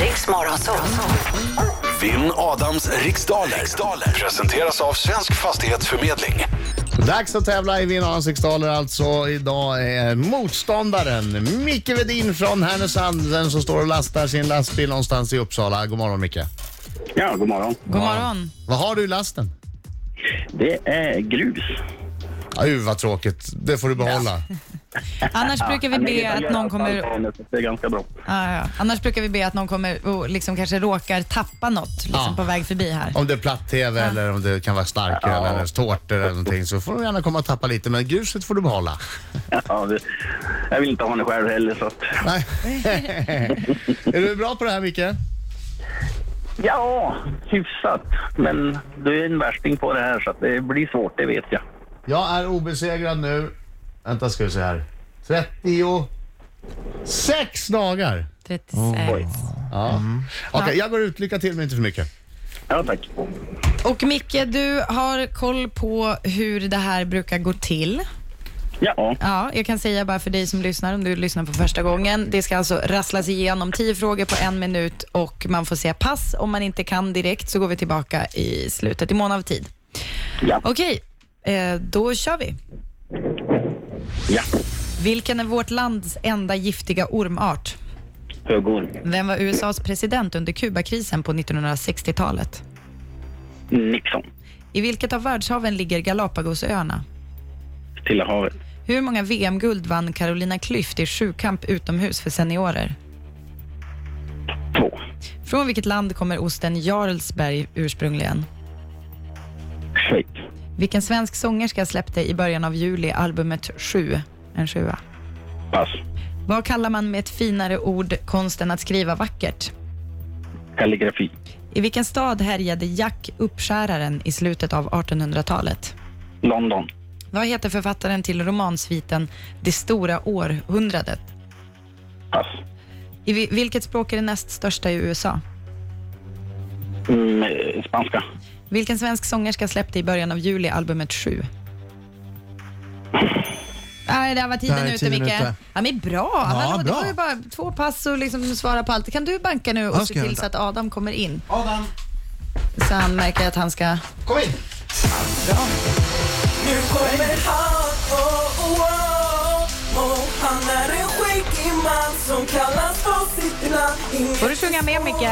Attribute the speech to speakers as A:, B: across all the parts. A: Riks Morgonzoo.
B: Vinn Adams riksdaler. riksdaler presenteras av Svensk Fastighetsförmedling.
C: Dags att tävla i vinnarnas riksdaler alltså. Idag är motståndaren Micke Vedin från Härnösand, den som står och lastar sin lastbil någonstans i Uppsala. God morgon Micke.
D: Ja, god morgon.
E: God morgon.
C: Vad har du i lasten?
D: Det är grus.
C: Aj, vad tråkigt. Det får du behålla.
E: Annars brukar vi
D: Jag lägger
E: be
D: det
E: att
D: på
E: någon kommer...
D: altanet, så Det är ganska bra.
E: Ja, ja. Annars brukar vi be att någon kommer och liksom kanske råkar tappa något liksom
C: Ja.
E: på väg förbi här.
C: Om det är platt-tv eller om det kan vara starkare eller tårtor eller någonting så får du gärna komma och tappa lite. Men gruset får du behålla.
D: Ja, det, jag vill inte ha det själv heller. Så att,
C: Nej. är du bra på det här Micke?
D: ja, hyfsat. Men du är en värsting på det här så att det blir svårt, det vet jag.
C: Jag är obesegrad nu. Vänta ska vi se här. 36 dagar.
E: 36.
C: Ja. Okej, jag går ut. Lycka till men inte för mycket.
D: Ja, tack.
E: Och Micke, du har koll på hur det här brukar gå till.
D: Ja,
E: Ja, jag kan säga bara för dig som lyssnar, om du lyssnar för första gången. Det ska alltså rasslas igenom tio frågor på en minut och man får säga pass. Om man inte kan direkt så går vi tillbaka i slutet i mån av tid.
D: Ja.
E: Okej, eh, då kör vi.
D: ja.
E: Vilken är vårt lands enda giftiga ormart?
D: Högor.
E: Vem var USAs president under Kubakrisen på 1960-talet?
D: Nixon.
E: I vilket av världshaven ligger Galapagosöarna?
D: Stilla havet.
E: Hur många VM-guld vann Carolina Klüft i sjukamp utomhus för seniorer?
D: Två.
E: Från vilket land kommer osten Jarlsberg ursprungligen?
D: Schweiz.
E: Vilken svensk sångerska släppte i början av juli albumet Sju? En sjua.
D: Pass.
E: Vad kallar man med ett finare ord konsten att skriva vackert?
D: Kalligrafi.
E: I vilken stad härjade Jack Uppskäraren i slutet av 1800-talet?
D: London.
E: Vad heter författaren till romansviten Det stora århundradet?
D: Pass.
E: I vi- vilket språk är det näst största i USA?
D: Mm, eh, spanska.
E: Vilken svensk sångerska släppte i början av juli albumet Sju? Nej, där var
F: Där
E: tiden
F: är
E: ute
F: tiden
E: Micke.
F: ute.
E: Ja, men bra! Hallå, Det
F: bra.
E: var ju bara två pass och liksom svara på allt. Kan du banka nu
F: Ja,
E: och se
F: ska jag
E: till
F: vänta.
E: så att Adam kommer in?
F: Adam,
E: Så han märker att han ska...
F: kom in!
G: Nu kommer han, oh, oh, oh, oh. Han är en skäggig man som kallas på sitt namn Ingen
E: Får du sjunga med Micke? Så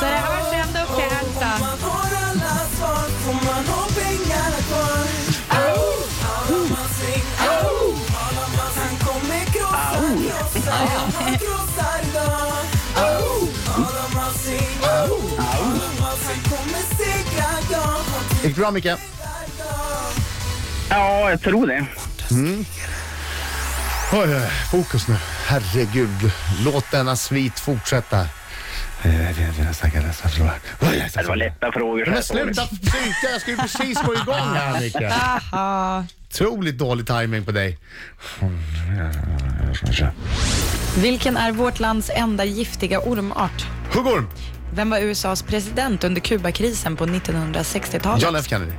E: det hörs ända upp till
G: Om
E: Halmstad.
G: man har alla svar får man ha pengarna kvar Talar man sing, au Talar man han kommer krossa, krossa Han krossar idag Talar man sing, au Talar man han kommer segra, ja Han
C: Gick det bra Micke?
G: tittar idag
D: Ja, jag tror det.
C: Oj, oj, fokus nu. Herregud, låt denna svit fortsätta.
D: Det var lätta frågor. så
C: Men
D: jag tror det.
C: sluta psyka, jag ska ju precis gå igång här Micke.
E: Aha.
C: Otroligt dålig timing på dig.
E: Vilken är vårt lands enda giftiga ormart?
C: Huggorm,
E: Vem var USAs president under Kubakrisen på 1960-talet?
C: John F Kennedy.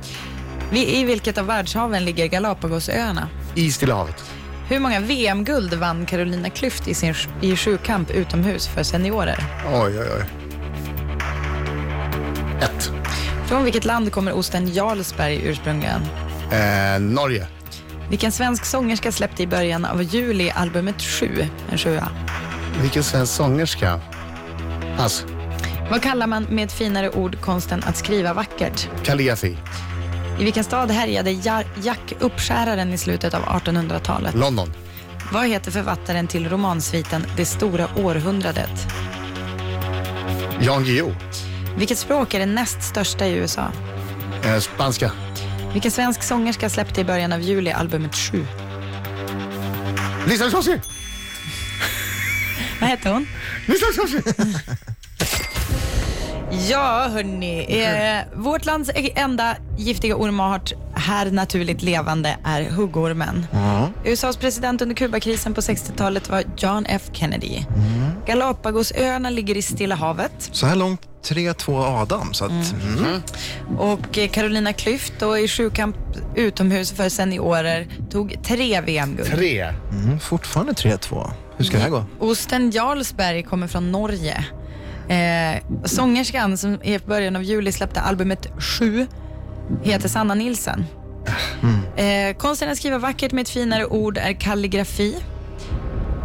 E: Vi- I vilket av världshaven ligger Galapagosöarna?
C: I Stilla havet.
E: Hur många VM-guld vann Carolina Klüft i sin i sjukamp utomhus för seniorer?
C: Oj, oj, oj. Ett.
E: Från vilket land kommer osten Jarlsberg ursprungligen?
C: Eh, Norge.
E: Vilken svensk sångerska släppte i början av juli albumet Sju, en sjua?
C: Vilken svensk sångerska? Alltså, Pass.
E: Vad kallar man med ett finare ord konsten att skriva vackert?
C: Kalligrafi.
E: I vilken stad härjade Ja- Jack Uppskäraren i slutet av 1800-talet?
C: London.
E: Vad heter författaren till romansviten Det stora århundradet?
C: Jan Guillou.
E: Vilket språk är det näst största i USA?
C: Eh, spanska.
E: Vilken svensk sångerska släppte i början av juli albumet Sju?
C: Lisa Klossi!
E: Vad hette hon?
C: Lisa Klossi!
E: Ja, hörni. Eh, vårt lands enda giftiga ormart här naturligt levande är huggormen. USAs president under Kubakrisen på 60-talet var John F Kennedy. Galapagosöarna ligger i Stilla havet
F: Så här långt 3-2 Adam. Så att, mm.
E: och eh, Carolina Klüft då i sjukamp utomhus för seniorer tog tre VM-guld.
C: Tre.
F: Mm, fortfarande 3-2. Hur ska det här gå?
E: Osten Jarlsberg kommer från Norge Eh, sångerskan som i början av juli släppte albumet 7 heter Sanna Nilsen. Eh, konsten att skriva vackert med ett finare ord är kalligrafi.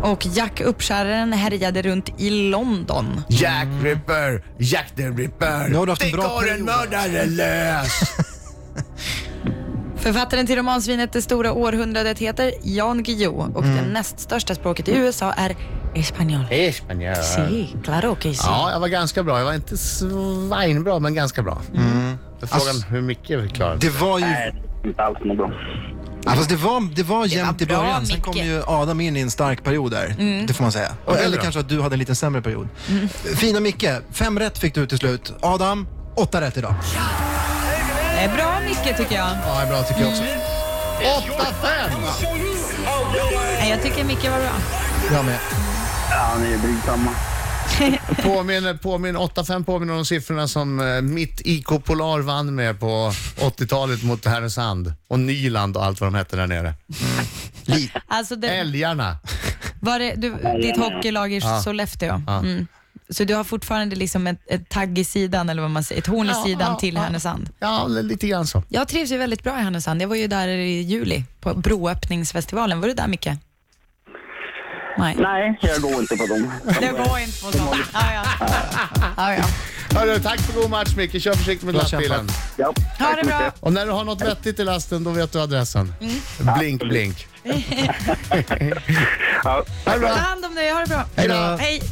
E: Och Jack Uppskäraren härjade runt i London.
C: Jack Ripper, Jack the Ripper.
F: Nu har du haft en bra
C: går en
F: period.
C: mördare lös.
E: Författaren till romansvinet Det stora århundradet heter Jan Guillou och det näst största språket i USA är espanol. Sí, claro que sí.
C: Ja, jag var ganska bra. Jag var inte svinbra, men ganska bra. Mm. Frågan
F: Ass-
C: hur mycket vi klarade.
F: Alltså, Det var ju...
D: Nej, inte alls något bra.
F: Ja, fast det var, det var jämnt i
E: bra,
F: början. Sen
E: Micke.
F: kom ju Adam in i en stark period där. Det får man säga. Och,
C: blev det
F: eller
C: då?
F: kanske att du hade en lite sämre period. Fina Micke, fem rätt fick du till slut. Adam, åtta rätt idag.
E: Det är bra mycket tycker jag.
F: Ja, det är bra tycker jag också.
C: 8-5!
E: Nej, Jag tycker mycket var bra.
F: Jag med.
D: Ja, ni är blygsamma.
C: Påminner, påminner, 8-5 påminner om siffrorna som eh, mitt IK Polar vann med på 80-talet mot Härnösand och Nyland och allt vad de hette där
F: Mm.
C: nere.
E: Alltså det,
C: Älgarna.
E: var det, du, ditt hockeylag i Sollefteå. Mm. Så du har fortfarande liksom ett, ett tagg i sidan, eller vad man säger, ett horn i
C: Ja,
E: sidan
C: ja,
E: till
C: ja.
E: Härnösand.
C: Ja, lite grann så.
E: Jag trivs ju väldigt bra i Härnösand. Jag var ju där i juli på broöppningsfestivalen. Var du där Micke? Nej.
D: Nej, jag går inte på dem.
E: Det går inte på sånt. Ah, ja. Ah, ja.
C: Hörru, tack för god match Micke. Kör försiktigt med
F: Bra
C: lastbilen.
F: kämpat.
D: Ja,
E: Ha
D: tack
E: det
D: så
E: bra.
D: mycket.
C: Och när du har något vettigt i lasten, då vet du adressen. Blink, blink.
D: Ja,
C: Ha det
E: Ta
C: bra.
E: hand om dig. Ha det bra.
C: Hej då.
E: Hej.